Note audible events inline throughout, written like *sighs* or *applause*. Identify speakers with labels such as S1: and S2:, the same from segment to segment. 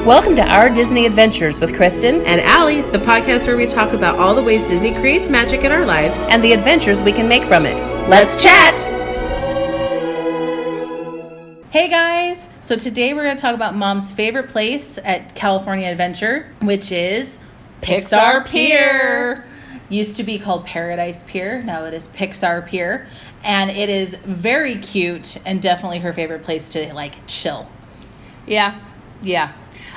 S1: Welcome to Our Disney Adventures with Kristen
S2: and Allie, the podcast where we talk about all the ways Disney creates magic in our lives.
S1: and the adventures we can make from it.
S2: Let's chat! Hey guys! So today we're going to talk about mom's favorite place at California Adventure, which is
S1: Pixar
S2: Pixar
S1: Pier.
S2: Pier. Used to be called Paradise Pier, now it is Pixar Pier. And it is very cute and definitely her favorite place to like chill.
S1: Yeah, yeah.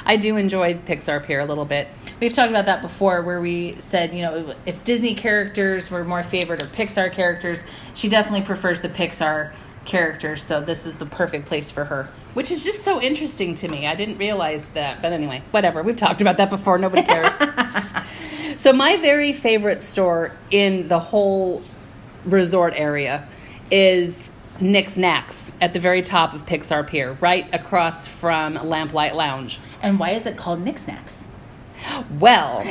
S1: I do enjoy Pixar Pier a little bit.
S2: We've talked about that before, where we said, you know, if Disney characters were more favored or Pixar characters, she definitely prefers the Pixar characters. So this is the perfect place for her.
S1: Which is just so interesting to me. I didn't realize that. But anyway, whatever. We've talked about that before. Nobody cares. so, my very favorite store in the whole resort area is Nick's Knacks at the very top of Pixar Pier, right across from Lamplight Lounge.
S2: And why is it called Knick Snacks?
S1: Well,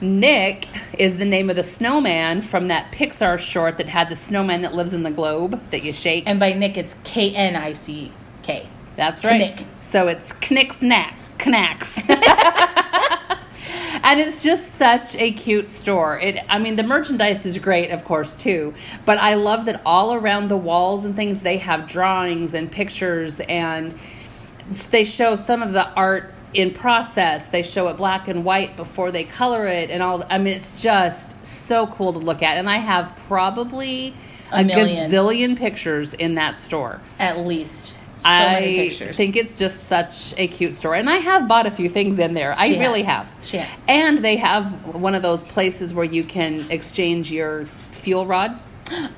S1: Nick is the name of the snowman from that Pixar short that had the snowman that lives in the globe that you shake.
S2: And by Nick, it's K N I C K.
S1: That's right.
S2: Knick.
S1: So it's Knick Snack
S2: *laughs*
S1: Knacks. and it's just such a cute store. It I mean the merchandise is great of course too, but I love that all around the walls and things they have drawings and pictures and they show some of the art in process. They show it black and white before they color it and all I mean it's just so cool to look at and I have probably
S2: A
S1: a
S2: million.
S1: gazillion pictures in that store.
S2: At least so
S1: I
S2: many pictures.
S1: think it's just such a cute store, and I have bought a few things in there. I
S2: She
S1: really
S2: has.
S1: have.
S2: She has.
S1: And they have one of those places where you can exchange your fuel rod.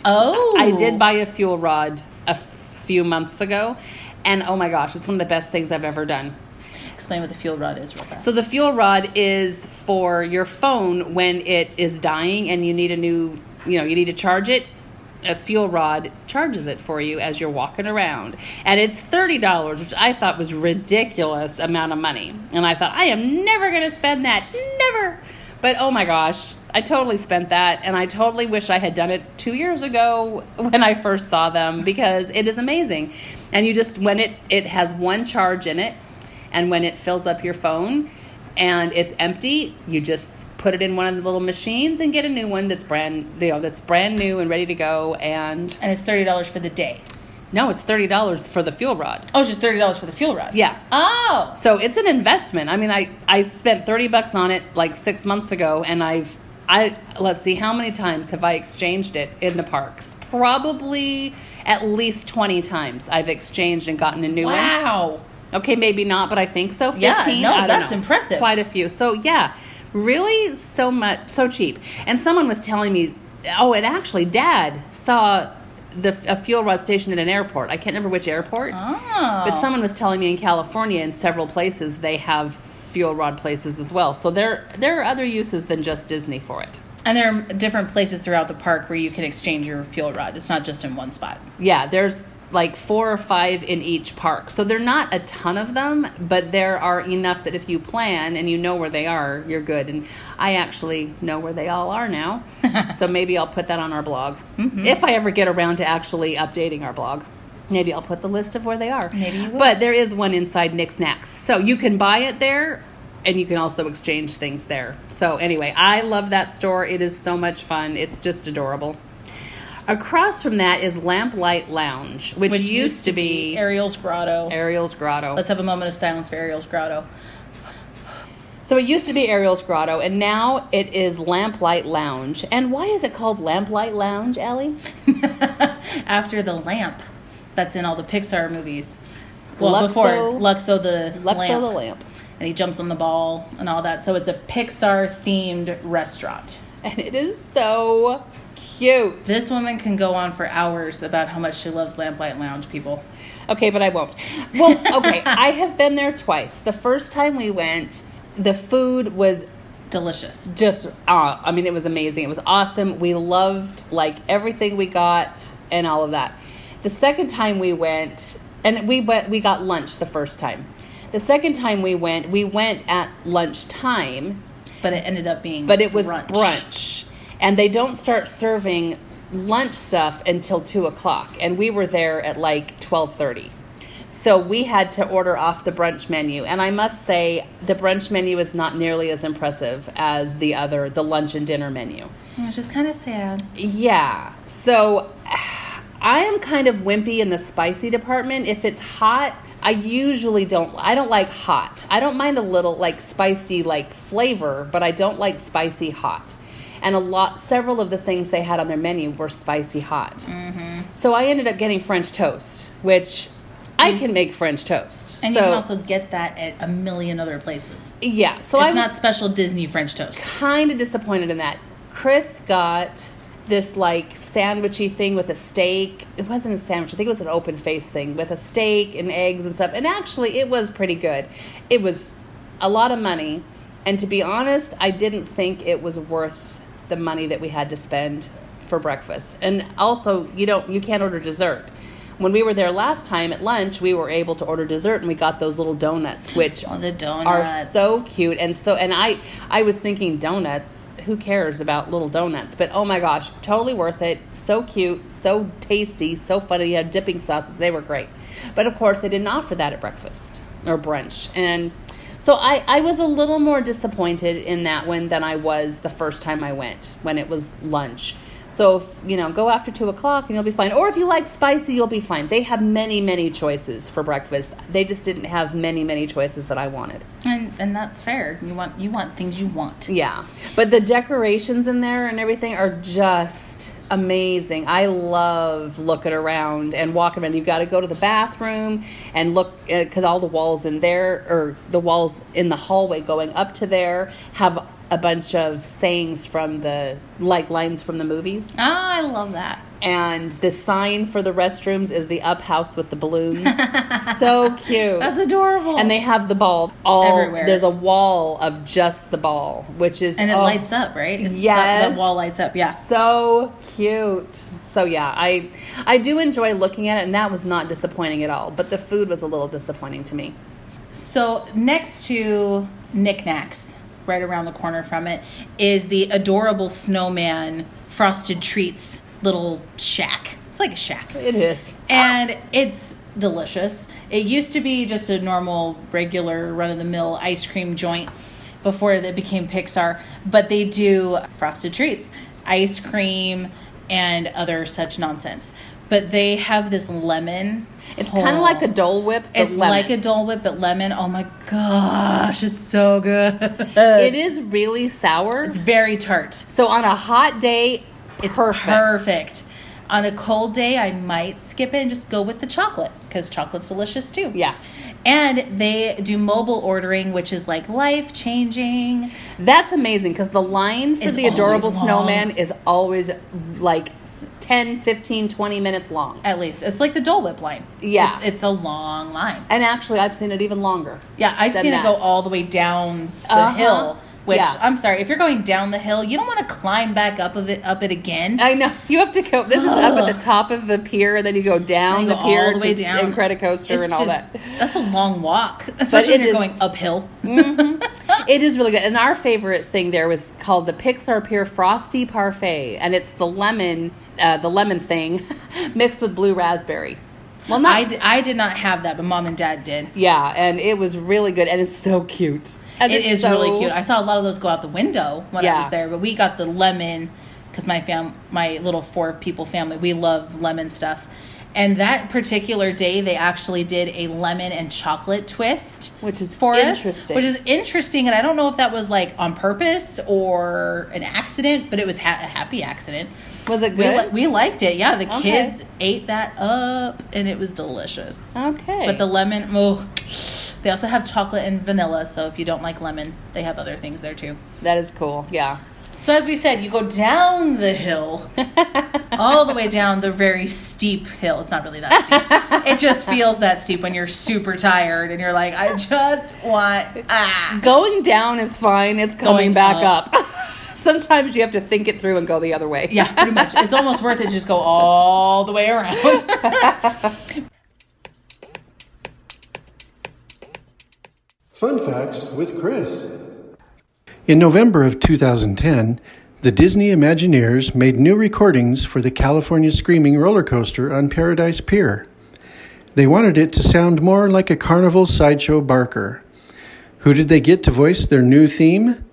S2: oh,
S1: I did buy a fuel rod a few months ago, and oh my gosh, it's one of the best things I've ever done.
S2: Explain what the fuel rod is real fast.
S1: So the fuel rod is for your phone when it is dying and you need a new, you know, you need to charge it. A fuel rod charges it for you as you're walking around. And it's $30, which I thought was ridiculous amount of money. And I thought I am never going to spend that. Never. But oh my gosh, I totally spent that and I totally wish I had done it 2 years ago when I first saw them because it is amazing. And you just when it it has one charge in it and when it fills up your phone and it's empty, you just put it in one of the little machines and get a new one that's brand you know that's brand new and ready to go. And
S2: and it's thirty dollars for the day.
S1: no, it's thirty dollars for the fuel rod.
S2: Oh, it's just thirty dollars for the fuel rod.
S1: Yeah.
S2: Oh,
S1: So it's an investment. I mean, I I spent thirty bucks on it like six months ago, and I've I let's see how many times have I exchanged it in the parks? Probably at least twenty times. I've exchanged and gotten a new one.
S2: wow.
S1: Okay, maybe not, but I think so. 15,
S2: Yeah, no,
S1: I don't
S2: that's
S1: know.
S2: impressive.
S1: Quite a few. So yeah, really, so much, so cheap. And someone was telling me, oh, and actually, Dad saw the a fuel rod station at an airport. I can't remember which airport,
S2: Oh,
S1: but someone was telling me in California, in several places, they have fuel rod places as well. So there, there are other uses than just Disney for it.
S2: And there are different places throughout the park where you can exchange your fuel rod. It's not just in one spot.
S1: Yeah, there's like four or five in each park. So they're not a ton of them, but there are enough that if you plan and you know where they are, you're good. And I actually know where they all are
S2: *laughs*
S1: now. so maybe I'll put that on our blog.
S2: Mm-hmm.
S1: If I ever get around to actually updating our blog. Maybe I'll put the list of where they are.
S2: Maybe you will.
S1: But there is one inside Nick Snacks. So you can buy it there and you can also exchange things there. So anyway, I love that store. It is so much fun. It's just adorable. Across from that is Lamplight Lounge, which, used, to be,
S2: Ariel's Grotto.
S1: Ariel's Grotto.
S2: Let's have a moment of silence for Ariel's Grotto.
S1: so it used to be Ariel's Grotto, and now it is Lamplight Lounge. And why is it called Lamplight Lounge, Ellie?
S2: After the lamp that's in all the Pixar movies. Well,
S1: Luxo-
S2: before Luxo the
S1: Luxo
S2: lamp,
S1: the Lamp.
S2: and he jumps on the ball and all that. So it's a Pixar themed restaurant.
S1: And it is so cute.
S2: This woman can go on for hours about how much she loves Lamplight Lounge people.
S1: Okay, but I won't. Well, *laughs* okay, I have been there twice. The first time we went, the food was
S2: Delicious.
S1: just uh, i mean it was amazing it was awesome we loved like everything we got and all of that the second time we went and we went we got lunch the first time the second time we went we went at lunchtime
S2: But it ended up being
S1: but it was brunch. and they don't start serving lunch stuff until two o'clock and we were there at like 12.30 So we had to order off the brunch menu. And I must say, the brunch menu is not nearly as impressive as the other, the lunch and dinner menu.
S2: Which is kind of sad.
S1: Yeah. So *sighs* I am kind of wimpy in the spicy department. If it's hot, I usually don't I don't like hot. I don't mind a little like spicy like flavor, but I don't like spicy hot. And a lot several of the things they had on their menu were spicy hot.
S2: Mm-hmm.
S1: So I ended up getting French toast, which I can make French toast.
S2: Mm. And
S1: so,
S2: you can also get that at a million other places.
S1: yeah. So
S2: it's
S1: I was,
S2: not special Disney French toast.
S1: kind of disappointed in that. Chris got this like sandwichy thing with a steak. It wasn't a sandwich. I think it was an open face thing with a steak and eggs and stuff. And actually, it was pretty good. It was a lot of money, and to be honest, I didn't think it was worth the money that we had to spend for breakfast. And also, you don't you can't order dessert. When we were there last time at lunch, we were able to order dessert and we got those little donuts, which
S2: Oh, the donuts
S1: are so cute and so and i i was thinking donuts who cares about little donuts but oh my gosh totally worth it so cute so tasty so funny you had dipping sauces they were great but of course they didn't offer that at breakfast or brunch and so I, I was a little more disappointed in that one than I was the first time I went when it was lunch. So if, you know, go after two o'clock and you'll be fine. Or if you like spicy, you'll be fine. They have many, many choices for breakfast. They just didn't have many, many choices that I wanted.
S2: and and that's fair. You want you want things you want.
S1: Yeah. But the decorations in there and everything are just amazing. I love looking around and walking around. You've got to go to the bathroom and look because all the walls in there or the walls in the hallway going up to there have a bunch of sayings from the like lines from the movies.
S2: Ah, I love that.
S1: And the sign for the restrooms is the up house with the
S2: *laughs*
S1: balloons. so cute.
S2: That's adorable.
S1: and they have the ball all
S2: Everywhere.
S1: There's a wall of just the ball, which is
S2: and it
S1: oh,
S2: lights up, right? Is- that-
S1: Yes.
S2: that, wall lights up. Yeah.
S1: so cute. So yeah, I I do enjoy looking at it, and that was not disappointing at all. But the food was a little disappointing to me.
S2: So next to knickknacks, right around the corner from it, is the adorable snowman frosted treats little shack. It's like a shack.
S1: It is.
S2: and it's delicious. It used to be just a normal, regular, run of the mill ice cream joint before it became Pixar, but they do frosted treats, ice cream, and other such nonsense. But they have this lemon.
S1: It's kind of like a
S2: hole.
S1: Dole Whip. but
S2: It's
S1: lemon.
S2: like a Dole Whip, but lemon. Oh my gosh, it's so good.
S1: It is really sour.
S2: *laughs* It's very tart.
S1: so on a hot day,
S2: It's
S1: perfect.
S2: perfect. On a cold day, I might skip it and just go with the chocolate because chocolate's delicious too.
S1: Yeah.
S2: And they do mobile ordering, which is like life changing.
S1: That's amazing because the line for
S2: It's
S1: the adorable
S2: always long.
S1: snowman is always like 10, 15, 20 minutes long.
S2: At least it's like the Dole Whip line.
S1: Yeah.
S2: It's, it's a long line.
S1: And actually, I've seen it even longer.
S2: Yeah, I've
S1: Than
S2: seen
S1: that.
S2: it go all the way down the
S1: Uh-huh.
S2: hill. Which
S1: Yeah.
S2: I'm sorry, if you're going down the hill, you don't want to climb back up of it up it again.
S1: I know you have to go. This is up at
S2: Ugh. *sighs*
S1: the top of the pier, and then you go down
S2: You go
S1: the pier
S2: all the way
S1: to
S2: down
S1: Incredicoaster
S2: It's
S1: and all
S2: just-
S1: that.
S2: That's a long walk, especially when
S1: it
S2: you're
S1: is-
S2: going uphill.
S1: It is really good. And our favorite thing there was called the Pixar Pier Frosty Parfait, and it's the lemon, uh, the lemon thing, *laughs* mixed with blue raspberry. Well, not
S2: I, d- I did not have that, but mom and dad did.
S1: yeah, and it was really good, and it's so cute. And
S2: it
S1: it's
S2: is
S1: so-
S2: really cute. I saw a lot of those go out the window when I
S1: Yeah.
S2: was there, but we got the lemon because my fam, my little four people family, we love lemon stuff. And that particular day, they actually did a lemon and chocolate twist,
S1: Which is
S2: for
S1: interesting.
S2: us, which is interesting. And I don't know if that was like on purpose or an accident, but it was ha- a happy accident.
S1: Was it
S2: We,
S1: good?
S2: li- we liked it. Yeah, the
S1: Okay.
S2: kids ate that up, and it was delicious.
S1: okay,
S2: But the lemon, oh, they also have chocolate and vanilla. So if you don't like lemon, they have other things there too.
S1: that is cool. Yeah,
S2: So as we said, you go down the
S1: *laughs*
S2: hill, all the way down the very steep hill. It's not really
S1: *laughs*
S2: that steep. It just feels that steep when you're super tired and you're like, I just want ah.
S1: going down is fine. It's coming
S2: Going
S1: back
S2: up.
S1: up. *laughs* Sometimes you have to think it through and go the other way.
S2: Yeah, pretty much. It's almost worth it to just go all the way around.
S3: Fun Facts with Chris. In November of 2010, the Disney Imagineers made new recordings for the California Screaming roller coaster on Paradise Pier. They wanted it to sound more like a carnival sideshow barker. Who did they get to voice their new theme?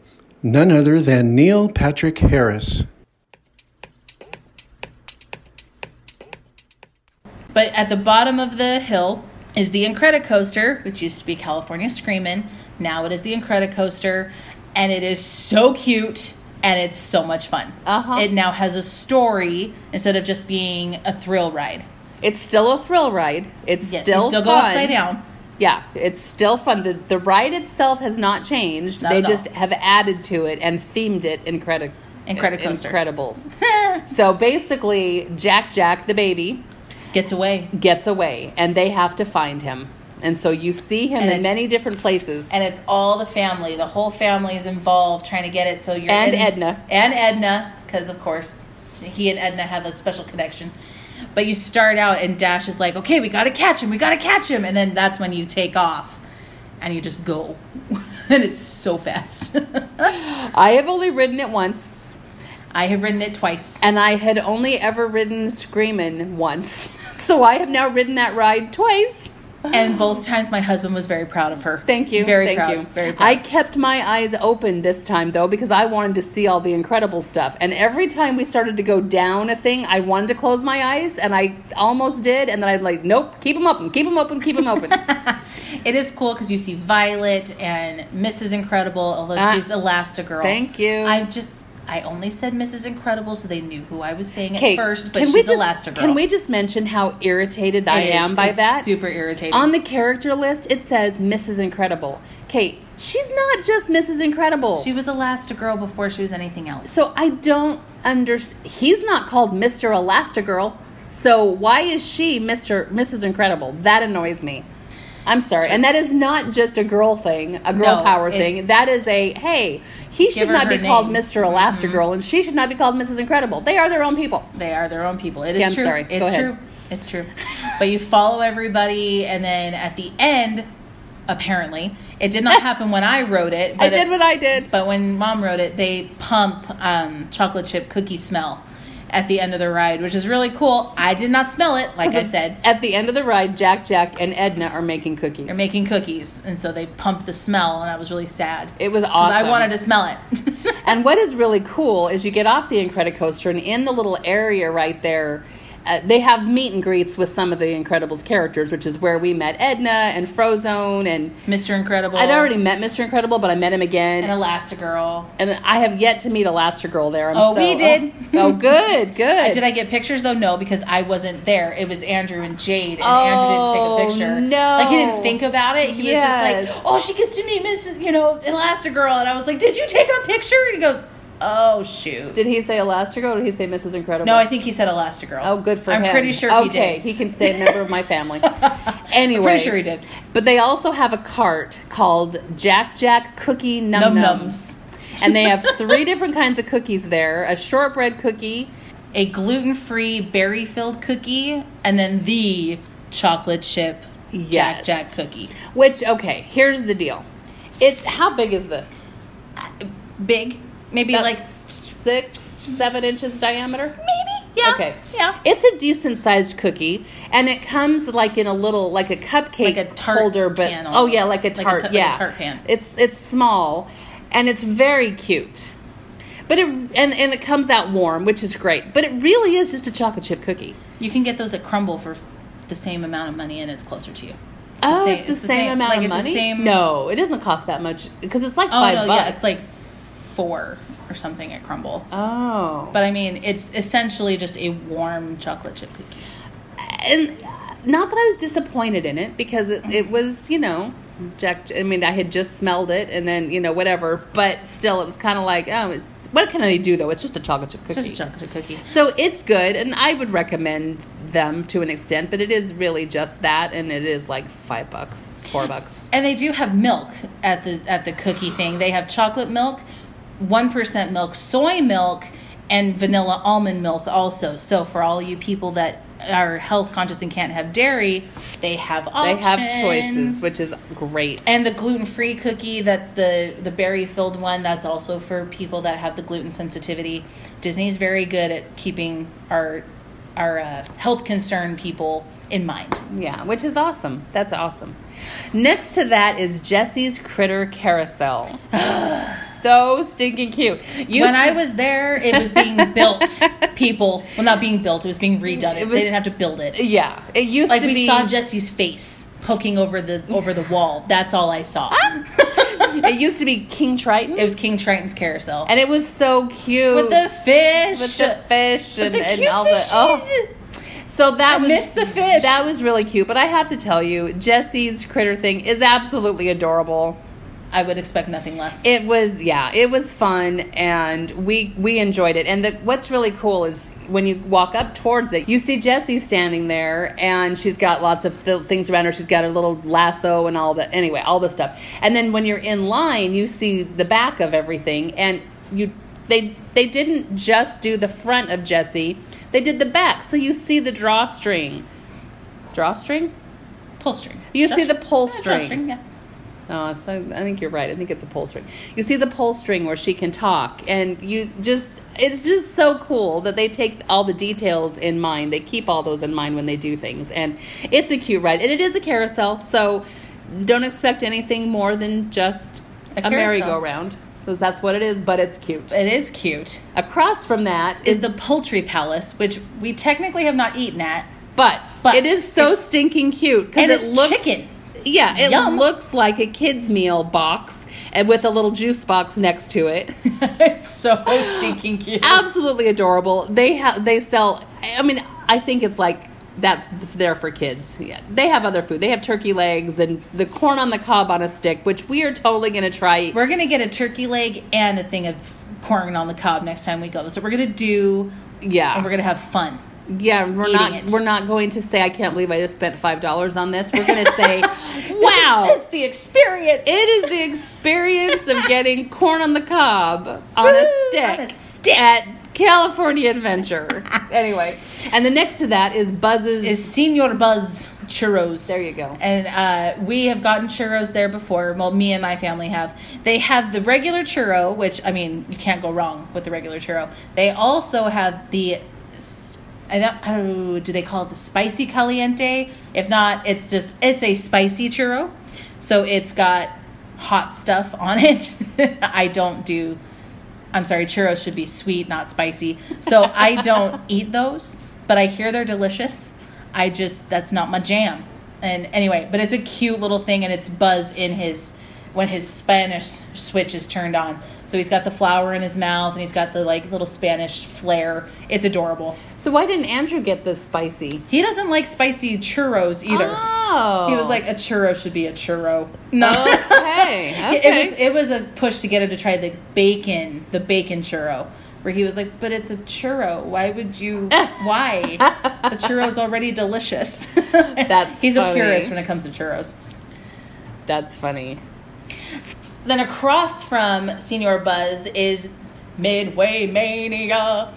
S3: None other than Neil Patrick Harris.
S2: But at the bottom of the hill is the Incredicoaster, which used to be California Screamin'. Now it is the Incredicoaster, and it is so cute and it's so much fun.
S1: Uh-huh.
S2: It now has a story instead of just being a thrill ride.
S1: It's still a thrill ride. It's
S2: Yes,
S1: still
S2: you
S1: fun.
S2: still go upside down.
S1: Yeah, it's still fun. The, the ride itself has not changed.
S2: Not
S1: they
S2: at all.
S1: just have added to it and themed it incredi-
S2: Incredicoaster.
S1: Incredibles. so basically, Jack Jack the baby
S2: *laughs* Gets away.
S1: gets away, and they have to find him. And so you see him
S2: And
S1: in
S2: it's-
S1: many different places.
S2: and it's all the family. The whole family is involved trying to get it. So you're
S1: And
S2: in-
S1: Edna.
S2: and Edna, because of course he and Edna have a special connection. But you start out and Dash is like, "Okay, we gotta catch him. We gotta catch him," and then that's when you take off, and you just go, *laughs* and it's so fast. *laughs*
S1: I have only ridden it once,
S2: I have ridden it twice.
S1: and I had only ever ridden Screamin' once. *laughs* So I have now ridden that ride twice.
S2: And both times my husband was very proud of her.
S1: Thank you.
S2: Very
S1: Thank
S2: proud.
S1: you.
S2: Very proud.
S1: I kept my eyes open this time though because I wanted to see all the incredible stuff. And every time we started to go down a thing, I wanted to close my eyes and I almost did and then I'd like, nope, keep them open, keep them open, keep them
S2: *laughs*
S1: open.
S2: it is cool because you see Violet and Mrs. Incredible, although
S1: Ah.
S2: she's Elastigirl.
S1: Thank you.
S2: I just, I only said Mrs. Incredible so they knew who I was saying
S1: Okay,
S2: at first, but
S1: can we
S2: she's
S1: just-
S2: Elastigirl.
S1: Can we just mention how irritated I
S2: It is.
S1: am by
S2: It's
S1: that?
S2: Super irritating.
S1: On the character list, it says Mrs. Incredible. Okay, she's not just Mrs. Incredible.
S2: she was Elastigirl before she was anything else.
S1: So I don't understand. He's not called Mr. Elastigirl. So why is she Mr. Mrs. Incredible? That annoys me. I'm sorry. And that is not just a girl thing, a girl
S2: No,
S1: power
S2: it's-
S1: thing. That is a hey, he should
S2: her
S1: not be
S2: her
S1: called
S2: name. Mm-hmm.
S1: Mr. Elastigirl and she should not be called Mrs. Incredible. They are their own people.
S2: they are their own people. It is
S1: Yeah, I'm
S2: true.
S1: sorry. Go
S2: It's
S1: ahead.
S2: true. It's true. But you follow everybody, and then at the end, apparently, it
S1: *laughs*
S2: did not happen when I wrote it.
S1: I
S2: but
S1: did
S2: it-
S1: what I did.
S2: But when mom wrote it, they pump um, chocolate chip cookie smell at the end of the ride, which is really cool. I did not smell it, like I said.
S1: At the end of the ride, Jack, Jack, and Edna are making cookies.
S2: They're making cookies, and so they pumped the smell, and I was really sad.
S1: it was
S2: 'Cause
S1: awesome.
S2: I wanted to smell it. *laughs*
S1: And what is really cool is you get off the Incredicoaster, and in the little area right there, uh, they have meet and greets with some of the Incredibles characters, which is where we met Edna and Frozone, and
S2: Mr. Incredible.
S1: I'd already met Mr. Incredible, but I met him again.
S2: an Elastigirl.
S1: And I have yet to meet Elastigirl there. I'm
S2: Oh,
S1: so-
S2: we did.
S1: *laughs* Oh, oh, good, good.
S2: Did *laughs* I get pictures though? No, because I wasn't there. It was Andrew and Jade, and
S1: Oh,
S2: Andrew didn't take a picture.
S1: no.
S2: like he didn't think about it. He was
S1: Yes.
S2: just like, "Oh, she gets to meet Miss, you know, Elastigirl," and I was like, "Did you take a picture?" And he goes, "Oh shoot."
S1: Did he say Elastigirl or did he say Mrs. Incredible?
S2: no, I think he said Elastigirl.
S1: Oh, good for
S2: I'm
S1: him.
S2: I'm pretty sure
S1: okay,
S2: he did.
S1: he can stay a member
S2: *laughs*
S1: of my family. Anyway,
S2: pretty sure he did.
S1: But they also have a cart called Jack Jack Cookie Num Nums,
S2: Num-nums.
S1: and they have three different kinds of cookies there: a shortbread cookie.
S2: a gluten-free berry-filled cookie, and then the chocolate chip
S1: Yes.
S2: Jack Jack cookie.
S1: Which, okay, here's the deal: it how big is this?
S2: Big, maybe
S1: About
S2: like
S1: six, seven inches diameter.
S2: maybe yeah
S1: Okay.
S2: yeah.
S1: It's a decent sized cookie, and it comes like in a little, like a cupcake
S2: Like a tart
S1: holder, but
S2: pan
S1: oh yeah, like a
S2: almost. Like a
S1: tart,
S2: ta- like a
S1: yeah,
S2: tart pan.
S1: It's it's small, and it's very cute. But it and, and it comes out warm, which is great. But it really is just a chocolate chip cookie.
S2: You can get those at Crumble for the same amount of money, and it's closer to you. It's
S1: oh,
S2: same-
S1: it's the same, amount
S2: like
S1: of
S2: it's
S1: money.
S2: The same,
S1: No, it doesn't cost that much because it's like
S2: oh
S1: five
S2: no,
S1: bucks.
S2: yeah, it's like four or something at Crumble.
S1: oh,
S2: But I mean, it's essentially just a warm chocolate chip cookie.
S1: and not that I was disappointed in it because it, it was, you know, Jack. I mean, I had just smelled it and then, you know, whatever. But still, it was kind of like, oh, what can I do though? It's just a chocolate chip
S2: It's
S1: cookie.
S2: just a chocolate chip cookie.
S1: so it's good, and I would recommend them to an extent, but it is really just that, and it is like five bucks, four bucks.
S2: And they do have milk at the at the cookie thing. They have chocolate milk, one percent milk, soy milk, and vanilla almond milk also. So for all you people that are health conscious and can't have dairy, they have
S1: They
S2: options.
S1: have choices, which is great.
S2: And the gluten free cookie, that's the, the berry filled one, that's also for people that have the gluten sensitivity. Disney's very good at keeping our our uh, health concern people in mind.
S1: Yeah, which is awesome. That's awesome. Next to that is Jesse's Critter
S2: *gasps*
S1: Carousel. so stinking cute. You
S2: when I was there, it
S1: *laughs*
S2: was being built. People, well, not being built. It was being redone.
S1: It
S2: they
S1: was-
S2: didn't have to build it.
S1: yeah, it used
S2: Like
S1: to
S2: we
S1: be
S2: saw Jesse's face poking over the over the wall. That's all I saw.
S1: *laughs* it used to be King Triton.
S2: It was King Triton's carousel
S1: and it was so cute
S2: with the fish.
S1: with the fish
S2: With
S1: and,
S2: the
S1: and
S2: cute
S1: all the oh.
S2: fishies.
S1: So that
S2: I
S1: was
S2: missed the fish.
S1: That was really cute. But I have to tell you, Jesse's critter thing is absolutely adorable.
S2: I would expect nothing less.
S1: It was yeah, it was fun and we we enjoyed it. And the, what's really cool is when you walk up towards it, you see Jessie standing there and she's got lots of th- things around her. She's got her little lasso and all the anyway, all the stuff. And then when you're in line, you see the back of everything and you they they didn't just do the front of Jessie. They did the back. So you see the drawstring. Drawstring?
S2: pull string.
S1: You see the pull
S2: Yeah,
S1: string.
S2: yeah.
S1: Oh, I, th- I think you're right. I think it's a pull string. You see the pull string where she can talk, and you just. It's just so cool that they take all the details in mind. They keep all those in mind when they do things. And it's a cute ride. And it is a carousel, so don't expect anything more than just
S2: A
S1: a,
S2: carousel.
S1: merry-go-round. Because that's what it is, but it's cute.
S2: It is cute.
S1: Across from that is,
S2: Is the poultry palace, which we technically have not eaten at.
S1: but,
S2: But
S1: it is so
S2: it's-
S1: stinking cute. 'cause
S2: And
S1: it
S2: it's
S1: looks,
S2: chicken. *laughs*
S1: Yeah, it
S2: Yum.
S1: looks like a kid's meal box and with a little juice box next to it.
S2: it's so stinking cute.
S1: Absolutely adorable. They have they sell I mean, I think it's like that's there for kids. Yeah. They have other food. They have turkey legs and the corn on the cob on a stick, which we are totally going to try.
S2: We're gonna get a turkey leg and a thing of corn on the cob next time we go. That's what we're gonna do,
S1: yeah.
S2: and we're gonna have fun.
S1: yeah, we're
S2: eating
S1: not
S2: it.
S1: we're not going to say I can't believe I just spent $5 on this. We're going to
S2: *laughs*
S1: say, "Wow."
S2: it's the experience.
S1: It is the experience of getting corn on the cob on a
S2: Woo,
S1: stick,
S2: on a stick.
S1: at California Adventure. anyway, and the next to that is Buzz's.
S2: is Senor Buzz churros.
S1: there you go.
S2: And uh, we have gotten churros there before. Well, me and my family have. They have the regular churro, which I mean, you can't go wrong with the regular churro. They also have the. s- I don't, I don't. Do they call it the spicy caliente? If not, it's just it's a spicy churro. So it's got hot stuff on it. *laughs* I don't do. I'm sorry, churros should be sweet, not spicy. So I don't eat those, but I hear they're delicious. I just that's not my jam. And anyway, but it's a cute little thing, and it's Buzz in his when his Spanish switch is turned on. So he's got the flower in his mouth, and he's got the like little Spanish flair. It's adorable.
S1: So why didn't Andrew get this spicy?
S2: He doesn't like spicy churros either.
S1: Oh,
S2: He was like, a churro should be a churro. No.
S1: *laughs* okay, okay.
S2: *laughs* It was it was a push to get him to try the bacon, the bacon churro, where he was like, "But it's a churro. Why
S1: *laughs*
S2: would you? Why? the churro's already delicious."
S1: That's
S2: he's
S1: funny.
S2: a purist when it comes to churros.
S1: That's funny.
S2: Then across from Senior Buzz is Midway Mania,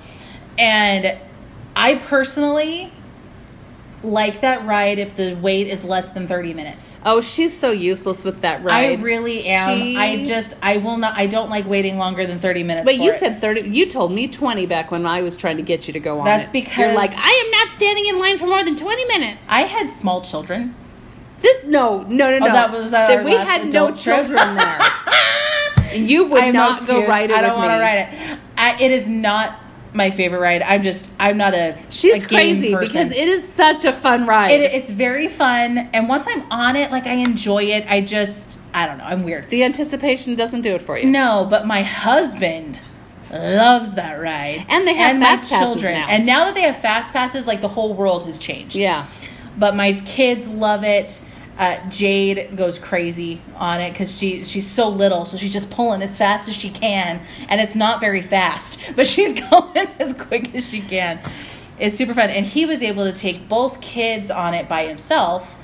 S2: and I personally like that ride if the wait is less than thirty minutes.
S1: Oh, she's so useless with that ride.
S2: I really am.
S1: She-
S2: I just I will not. I don't like waiting longer than thirty minutes.
S1: But you
S2: for it.
S1: said thirty. You told me twenty back when I was trying to get you to go on.
S2: That's
S1: it. you're
S2: because-
S1: like I am not standing in line for more than twenty minutes.
S2: I had small children.
S1: This no, no, no, no.
S2: Oh, that was- was that our
S1: we
S2: last
S1: had no
S2: adult trip?
S1: children there.
S2: *laughs*
S1: And you would
S2: I have no
S1: not go
S2: excuse.
S1: ride it.
S2: I don't
S1: want
S2: want to ride it. I, it is not my favorite ride. I'm just. I'm not a.
S1: She's
S2: a game
S1: crazy
S2: person.
S1: because it is such a fun ride.
S2: It- it's very fun, and once I'm on it, like I enjoy it. I just. I don't know. I'm weird.
S1: the anticipation doesn't do it for you.
S2: No, but my husband loves that ride,
S1: And they have
S2: and my
S1: fast passes
S2: children.
S1: now.
S2: And now that they have fast passes, like the whole world has changed.
S1: Yeah.
S2: but my kids love it. Uh, Jade goes crazy on it because she she's so little, so she's just pulling as fast as she can, and it's not very fast, *laughs* but she's going as quick as she can. It's super fun, and he was able to take both kids on it by himself.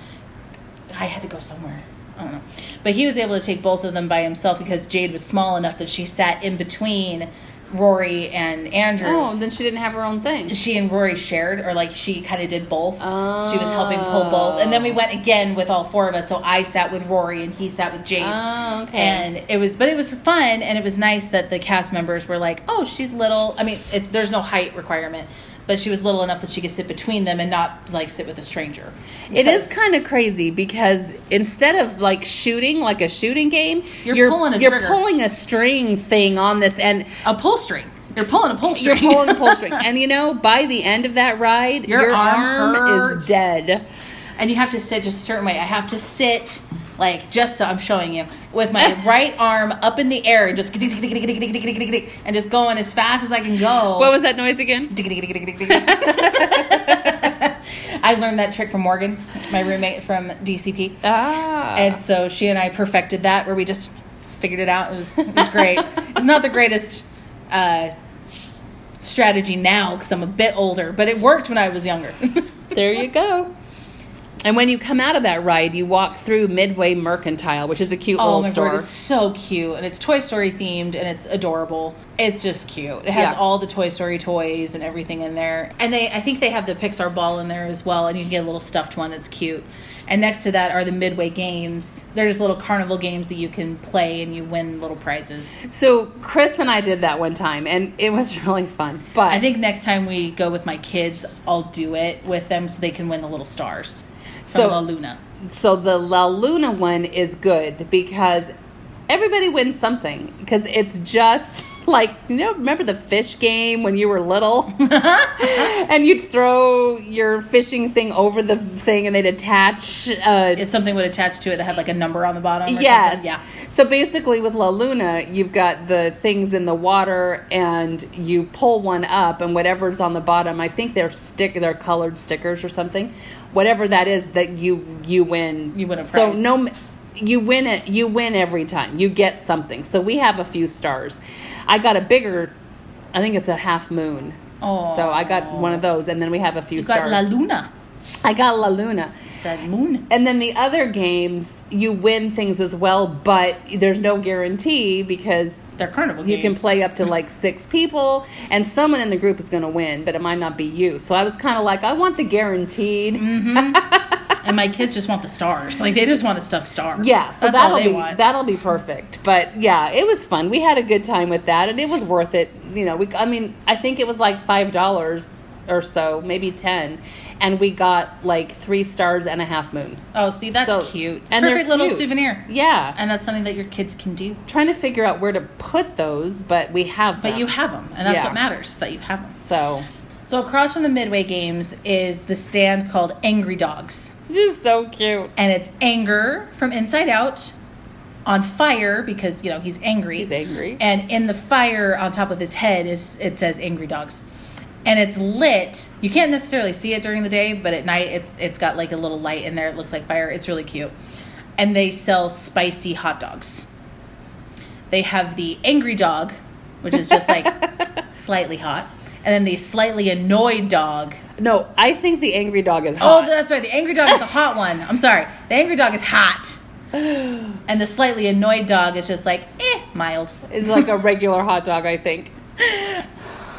S2: I had to go somewhere. I don't know. But he was able to take both of them by himself because Jade was small enough that she sat in between Rory and Andrew
S1: Oh, then she didn't have her own thing.
S2: she and Rory shared, or like she kind of did both. She was helping pull both, and then we went again with all four of us. So I sat with Rory, and he sat with Jade.
S1: Oh, okay.
S2: And it was, but it was fun, and it was nice that the cast members were like, "Oh, she's little." I mean, it, there's no height requirement, but she was little enough that she could sit between them and not like sit with a stranger.
S1: It is
S2: Because-
S1: kind of crazy because instead of like shooting like a shooting game,
S2: You're pulling a
S1: you're
S2: trigger.
S1: pulling a string thing on this and
S2: a pull string. *laughs* You're pulling a pull
S1: you're
S2: string.
S1: pulling a pull string. And you know, by the end of that ride,
S2: Your
S1: your, arm,
S2: arm hurts.
S1: is dead.
S2: and you have to sit just a certain way. I have to sit like just so I'm showing you with
S1: *laughs*
S2: my right arm up in the air, just *laughs* and just going as fast as I can go. *laughs*
S1: What was *laughs* that noise again?
S2: I learned that trick from Morgan, my roommate from DCP.
S1: Ah.
S2: And so she and I perfected that where we just figured it out. It was, it was
S1: *laughs*
S2: great. it's not the greatest uh, strategy now because I'm a bit older, but it worked when I was younger. *laughs*
S1: there you go. And when you come out of that ride, you walk through Midway Mercantile, which is a cute
S2: Oh
S1: little
S2: my
S1: store.
S2: word, it's so cute and it's Toy Story themed and it's adorable. It's just cute. It has
S1: Yeah.
S2: all the Toy Story toys and everything in there. And they I think they have the Pixar ball in there as well and you can get a little stuffed one that's cute. And next to that are the Midway games. They're just little carnival games that you can play and you win little prizes.
S1: So Chris and I did that one time, and it was *laughs* really fun. But
S2: I think next time we go with my kids, I'll do it with them so they can win the little stars from
S1: So-
S2: La Luna.
S1: so the La Luna one is good because everybody wins something because it's just *laughs* like you know remember the fish game when you were little *laughs* and you'd throw your fishing thing over the thing and they'd attach uh,
S2: If something would attach to it that had like a number on the bottom. Or something.
S1: Yes.
S2: Yeah.
S1: So basically, with La Luna, you've got the things in the water, and you pull one up, and whatever's on the bottom, I think they're stick, they're colored stickers or something, whatever that is that you you win.
S2: You win a
S1: So
S2: prize.
S1: no, you win it. You win every time. You get something. So we have a few stars. I got a bigger. I think it's a half moon.
S2: Aw.
S1: So I got one of those, and then we have a few
S2: You got
S1: stars.
S2: La Luna.
S1: I got La Luna.
S2: That moon.
S1: And then the other games, you win things as well, but there's no guarantee because
S2: They're carnival
S1: you can
S2: games.
S1: play
S2: *laughs*
S1: up to like six people, and someone in the group is going to win, but it might not be you. So I was kind of like, I want the guaranteed.
S2: Mm-hmm. and my kids just want the stars. Like they just want the stuff star.
S1: Yeah, so
S2: that's
S1: that'll
S2: all they
S1: be
S2: want.
S1: that'll be perfect. But yeah, it was fun. We had a good time with that, and it was worth it. You know, we I mean, I think it was like five dollars or so, maybe ten, and we got like three stars and a half moon.
S2: oh, see, that's
S1: So-
S2: cute.
S1: and they're
S2: Perfect little
S1: cute.
S2: souvenir.
S1: Yeah,
S2: And that's something that your kids can do.
S1: trying to figure out where to put those, but we have
S2: But
S1: them.
S2: you have them, and that's
S1: Yeah.
S2: what matters that you have them.
S1: so
S2: So across from the Midway Games is the stand called Angry Dogs.
S1: just so cute.
S2: and it's anger from inside out on fire because you know he's angry
S1: He's angry.
S2: and in the fire on top of his head is it says angry dogs and it's lit you can't necessarily see it during the day but at night it's it's got like a little light in there it looks like fire it's really cute and they sell spicy hot dogs they have the angry dog which is just *laughs* like slightly hot and then the slightly annoyed dog
S1: No, I think the angry dog is
S2: Oh,
S1: hot.
S2: that's right. The angry dog is the hot one. I'm sorry. The angry dog is *gasps* hot. And the slightly annoyed dog is just like, eh, mild.
S1: it's like
S2: *laughs*
S1: a regular hot dog, I think.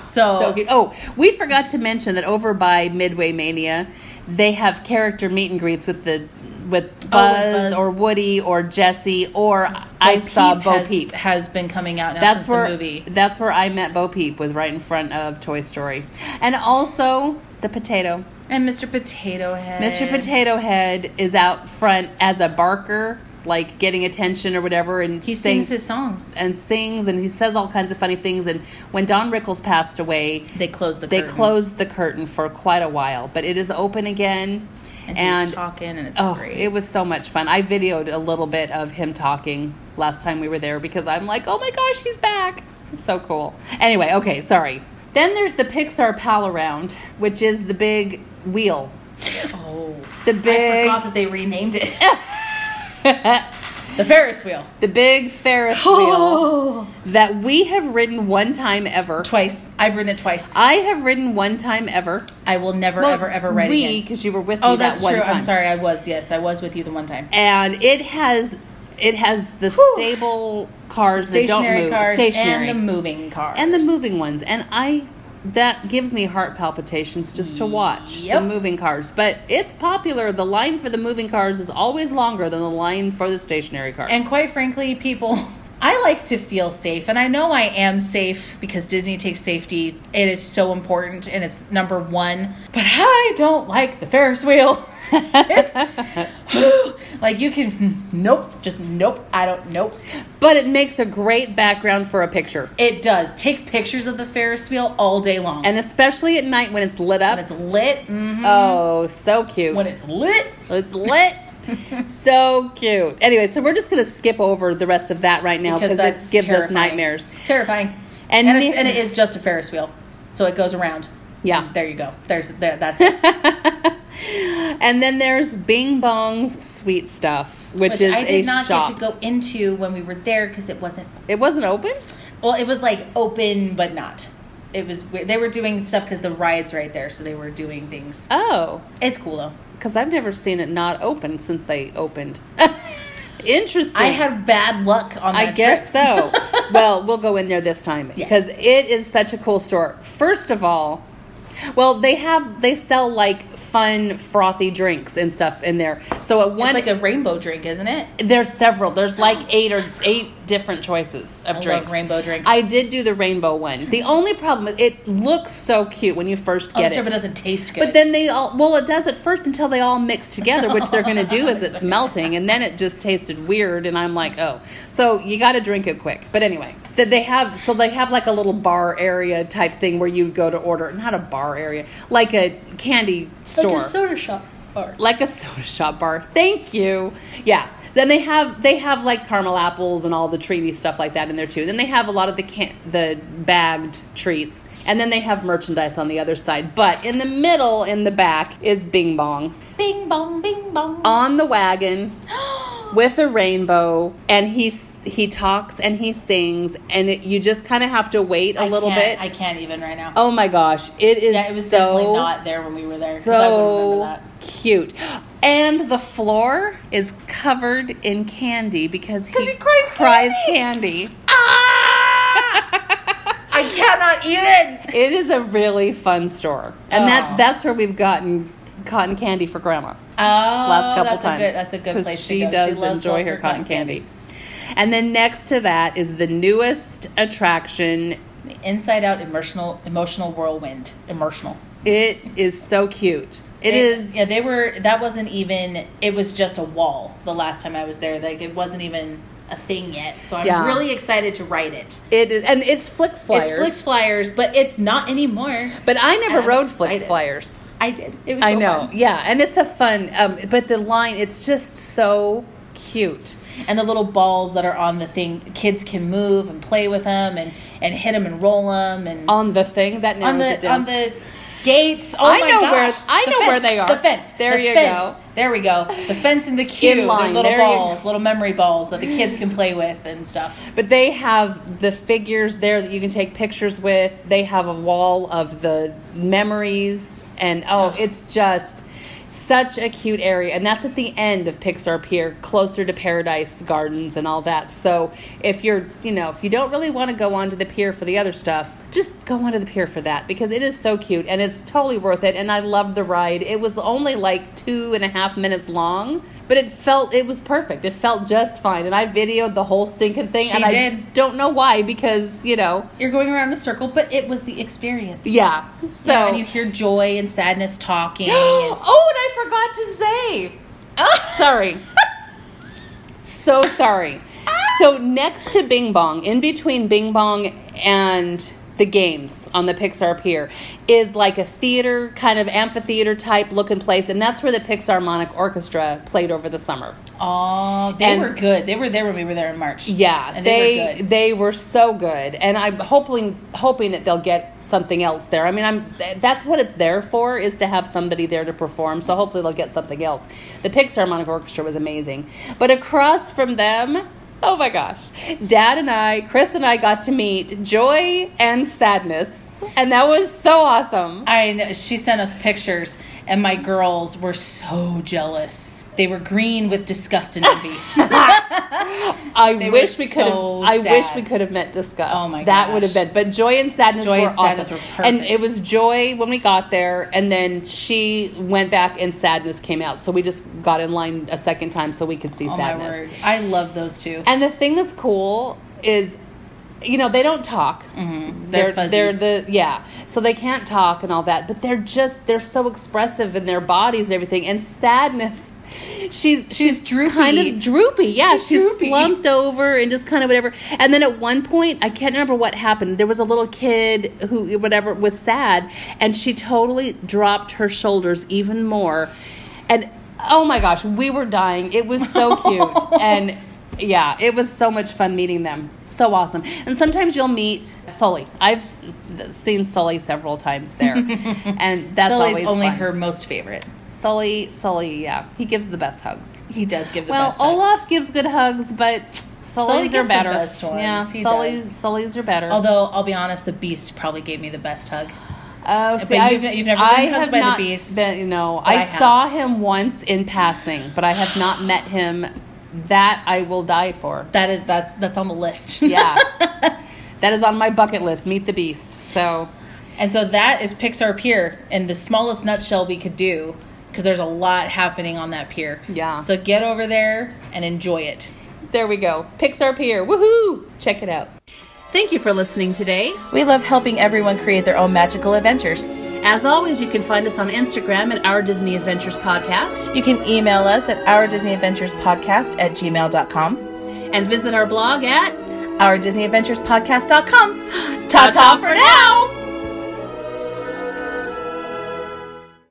S2: So,
S1: So good. Oh, we forgot to mention that over by Midway Mania, they have character meet and greets with the with
S2: Oh,
S1: Buzz,
S2: with Buzz.
S1: or Woody or Jesse or I
S2: Bo
S1: saw
S2: Peep
S1: Bo
S2: has,
S1: Peep.
S2: has been coming out now since
S1: That's where
S2: the movie.
S1: that's where I met Bo Peep was right in front of Toy Story, and also the potato.
S2: And Mr. Potato Head.
S1: Mr. Potato Head is out front as a barker, like getting attention or whatever, and
S2: He sings his songs.
S1: and sings and he says all kinds of funny things. And when Don Rickles passed away,
S2: They close the
S1: they
S2: curtain.
S1: closed the curtain for quite a while, but it is open again.
S2: And,
S1: And,
S2: he's talking, and it's
S1: oh,
S2: great.
S1: it was so much fun. I videoed a little bit of him talking last time we were there because I'm like, oh my gosh, he's back. It's so cool. Anyway, okay, sorry. Then there's the Pixar Pal Around, which is the big wheel
S2: oh.
S1: the
S2: I
S1: big
S2: forgot that they renamed it. *laughs*
S1: *laughs*
S2: the Ferris
S1: *gasps*
S2: wheel.
S1: the big Ferris
S2: *laughs*
S1: wheel that we have ridden one time ever.
S2: Twice. I've ridden it twice.
S1: I have ridden one time ever.
S2: I will never,
S1: Uh, Well,
S2: ever, ever ride
S1: we,
S2: it again.
S1: because you were with me
S2: Oh, that's
S1: that one
S2: true.
S1: time.
S2: I'm sorry. I was. Yes, I was with you the one time.
S1: And it has it has the
S2: Whew.
S1: stable cars that don't
S2: stationary
S1: move,
S2: cars
S1: stationary
S2: and the moving cars
S1: And the moving ones. And I that gives me heart palpitations just to watch
S2: Yep.
S1: the moving cars. But it's popular. The line for the moving cars is always longer than the line for the stationary cars.
S2: And quite frankly, people, *laughs* I like to feel safe, and I know I am safe because Disney takes safety. It is so important, and it's number one. But I don't like the Ferris wheel. *laughs* It's- *gasps* like you can, nope, just nope. I don't, nope.
S1: But it makes a great background for a picture.
S2: It does take pictures of the Ferris wheel all day long,
S1: And especially at night when it's lit up.
S2: when it's lit. mhm,
S1: oh, so cute.
S2: When it's lit,
S1: It's
S2: *laughs*
S1: lit. so cute. Anyway, so we're just going to skip over the rest of that right now because
S2: that's
S1: it gives us
S2: terrifying.
S1: nightmares.
S2: Terrifying.
S1: And
S2: And
S1: ne-
S2: it's, and it is just a Ferris wheel, so it goes around.
S1: Yeah.
S2: There you go. There's there, that's it.
S1: And then there's Bing Bong's sweet stuff, which,
S2: Which
S1: is
S2: I did
S1: a
S2: not
S1: shop.
S2: get to go into when we were there because it wasn't.
S1: It wasn't open.
S2: Well, it was like open but not. It was we- they were doing stuff because the ride's right there, so they were doing things.
S1: Oh,
S2: It's cool though.
S1: because I've never seen it not open since they opened. *laughs* Interesting.
S2: I had bad luck on. That
S1: I guess
S2: trip.
S1: so.
S2: *laughs*
S1: well, we'll go in there this time
S2: Yes.
S1: because it is such a cool store. First of all, well, they have they sell like fun frothy drinks and stuff in there. So at one,
S2: It's like a rainbow drink, isn't it?
S1: there's several. There's like eight or eight different choices of
S2: love
S1: drinks.
S2: rainbow drinks.
S1: I did do the rainbow one. The only problem is it looks so cute when you first
S2: Oh,
S1: get
S2: sure,
S1: it.
S2: but it doesn't taste good.
S1: But then they all well, it does at first until they all mix together, which they're going to do as it's melting, and then it just tasted weird, and I'm like, oh, so you got to drink it quick. But anyway, that they have so they have like a little bar area type thing where you go to order, not a bar area, like a candy
S2: like
S1: store,
S2: a soda shop bar.
S1: like a *laughs* soda shop bar. Thank you. Yeah. Then they have they have like caramel apples and all the treaty stuff like that in there too. Then they have a lot of the can- the bagged treats, and then they have merchandise on the other side. But in the middle, in the back, is Bing Bong
S2: Bing bong, bing bong.
S1: on the
S2: *gasps*
S1: wagon with a rainbow, and he s- he talks and he sings, and it, you just kind of have to wait a
S2: I
S1: little
S2: can't-
S1: bit.
S2: I can't even right now.
S1: oh my gosh, it is
S2: yeah, it was
S1: so
S2: definitely not there when we were there. 'cause I wouldn't remember
S1: so
S2: that.
S1: cute. And the floor is covered in candy because he,
S2: 'Cause he cries Ah!
S1: candy.
S2: I cannot
S1: *laughs*
S2: even.
S1: It is a really fun store, and that
S2: Aw.
S1: that's where we've gotten cotton candy for Grandma
S2: Oh,
S1: last couple
S2: that's
S1: times.
S2: A good, that's a good
S1: 'Cause
S2: place
S1: she
S2: to go.
S1: does
S2: loves
S1: enjoy her
S2: Walker
S1: cotton candy. And then next to that is the newest attraction.
S2: The Inside Out emotional emotional whirlwind emotional.
S1: It is so cute. it is.
S2: Yeah, they were. That wasn't even. It was just a wall the last time I was there. Like it wasn't even a thing yet. So I'm
S1: Yeah.
S2: really excited to write it.
S1: It is, and it's Flix Flyers.
S2: It's Flix Flyers, but it's not anymore.
S1: but I never
S2: I'm
S1: rode Flix
S2: excited.
S1: Flyers.
S2: I did. It was.
S1: I
S2: so
S1: know.
S2: fun.
S1: Yeah, and it's a fun. Um, but the line, it's just so cute.
S2: And the little balls that are on the thing, kids can move and play with them and and hit them and roll them and
S1: On the thing that narrows
S2: on
S1: it
S2: the
S1: down.
S2: on the gates. Oh
S1: I
S2: my
S1: know where-
S2: gosh!
S1: I
S2: The
S1: know where
S2: fence,
S1: they are.
S2: The fence.
S1: There
S2: the
S1: you
S2: fence.
S1: go.
S2: There we go. The fence and the queue.
S1: line.
S2: There's little
S1: There you
S2: balls, little memory balls that the kids can play with and stuff.
S1: but they have the figures there that you can take pictures with. They have a wall of the memories, and oh, it's just such a cute area. And that's at the end of Pixar Pier, closer to Paradise Gardens and all that. So if you're, you know, if you don't really want to go onto the pier for the other stuff, just go onto the pier for that because it is so cute and it's totally worth it. And I loved the ride. It was only like two and a half minutes long. But it felt it was perfect. It felt just fine, and I videoed the whole stinking thing.
S2: She
S1: and I
S2: did.
S1: don't know why because you know,
S2: You're going around in a circle, but it was the experience.
S1: yeah. So
S2: You
S1: *gasps*
S2: know, and you hear joy and sadness talking. and,
S1: oh,
S2: *laughs*
S1: and I forgot to say. Sorry. so sorry.
S2: Ah!
S1: So next to Bing Bong, in between Bing Bong and the games on the Pixar Pier is like a theater kind of amphitheater type looking place and that's where the Pixarmonic Orchestra played over the summer.
S2: oh, they
S1: And-
S2: were good. They were there when we were there in March.
S1: Yeah,
S2: and
S1: they
S2: they, were good.
S1: they were so good, and I'm hoping hoping that they'll get something else there. I mean, I'm th- that's what it's there for is to have somebody there to perform. So hopefully they'll get something else. The Pixarmonic Orchestra was amazing, but across from them. Oh my gosh. Dad and I, Chris and I got to meet Joy and Sadness. And that was so awesome.
S2: I know, she sent us pictures, and my girls were so jealous. They were green with disgust
S1: *laughs*
S2: and envy. Oh
S1: I
S2: were
S1: wish we could have
S2: so
S1: I wish
S2: sad.
S1: we could have met discussed.
S2: Oh my
S1: that
S2: gosh.
S1: would have been but joy and sadness
S2: Joy
S1: were
S2: and sadness
S1: awesome.
S2: were
S1: And
S2: perfect.
S1: it was joy when we got there and then she went back and sadness came out. So we just got in line a second time so we could see
S2: Oh my
S1: sadness.
S2: word! I love those two.
S1: And the thing that's cool is you know they don't talk
S2: Mm-hmm. They're
S1: they're
S2: fuzzies.
S1: the yeah so they can't talk and all that but they're just they're so expressive in their bodies and everything and sadness she's she's,
S2: droopy.
S1: kind of droopy yeah she's,
S2: She's droopy.
S1: slumped over and just kind of whatever and then at one point i can't remember what happened there was a little kid who whatever was sad and she totally dropped her shoulders even more and oh my gosh we were dying it was
S2: *laughs*
S1: so cute and yeah, it was so much fun meeting them. So awesome. And sometimes you'll meet Sully. I've seen Sully several times
S2: *laughs*
S1: there. and that's
S2: Sully's
S1: always
S2: only
S1: fun.
S2: her most favorite.
S1: Sully, Sully, yeah. He gives the best hugs.
S2: He does give the
S1: well,
S2: best. hugs.
S1: Olaf gives good hugs, but Sully's are
S2: gives the
S1: better.
S2: best ones.
S1: Yeah,
S2: He
S1: Sully's
S2: does.
S1: Sully's are better.
S2: Although I'll be honest, the Beast probably gave me the best hug.
S1: oh, see,
S2: you've-
S1: I've-
S2: you've never been
S1: I
S2: hugged
S1: have
S2: by the
S1: not
S2: beast,
S1: Been, no,
S2: but I
S1: I,
S2: have.
S1: saw him once in passing, but I have not met him. That I will die for.
S2: That is that's that's on the
S1: *laughs*
S2: list.
S1: Yeah. that is on my bucket list. Meet the Beast. So,
S2: *laughs* and so that is Pixar Pier in the smallest nutshell we could do because there's a lot happening on that pier.
S1: Yeah.
S2: So get over there and enjoy it.
S1: there we go. Pixar Pier. Woohoo! Check it out. Thank you for listening today.
S2: We love helping everyone create their own magical adventures.
S1: As always, you can find us on Instagram at Our Disney Adventures Podcast
S2: You can email us at ourdisneyadventurespodcast at gmail.com,
S1: and visit our blog at
S2: ourdisneyadventurespodcast.com. Ta-ta for now!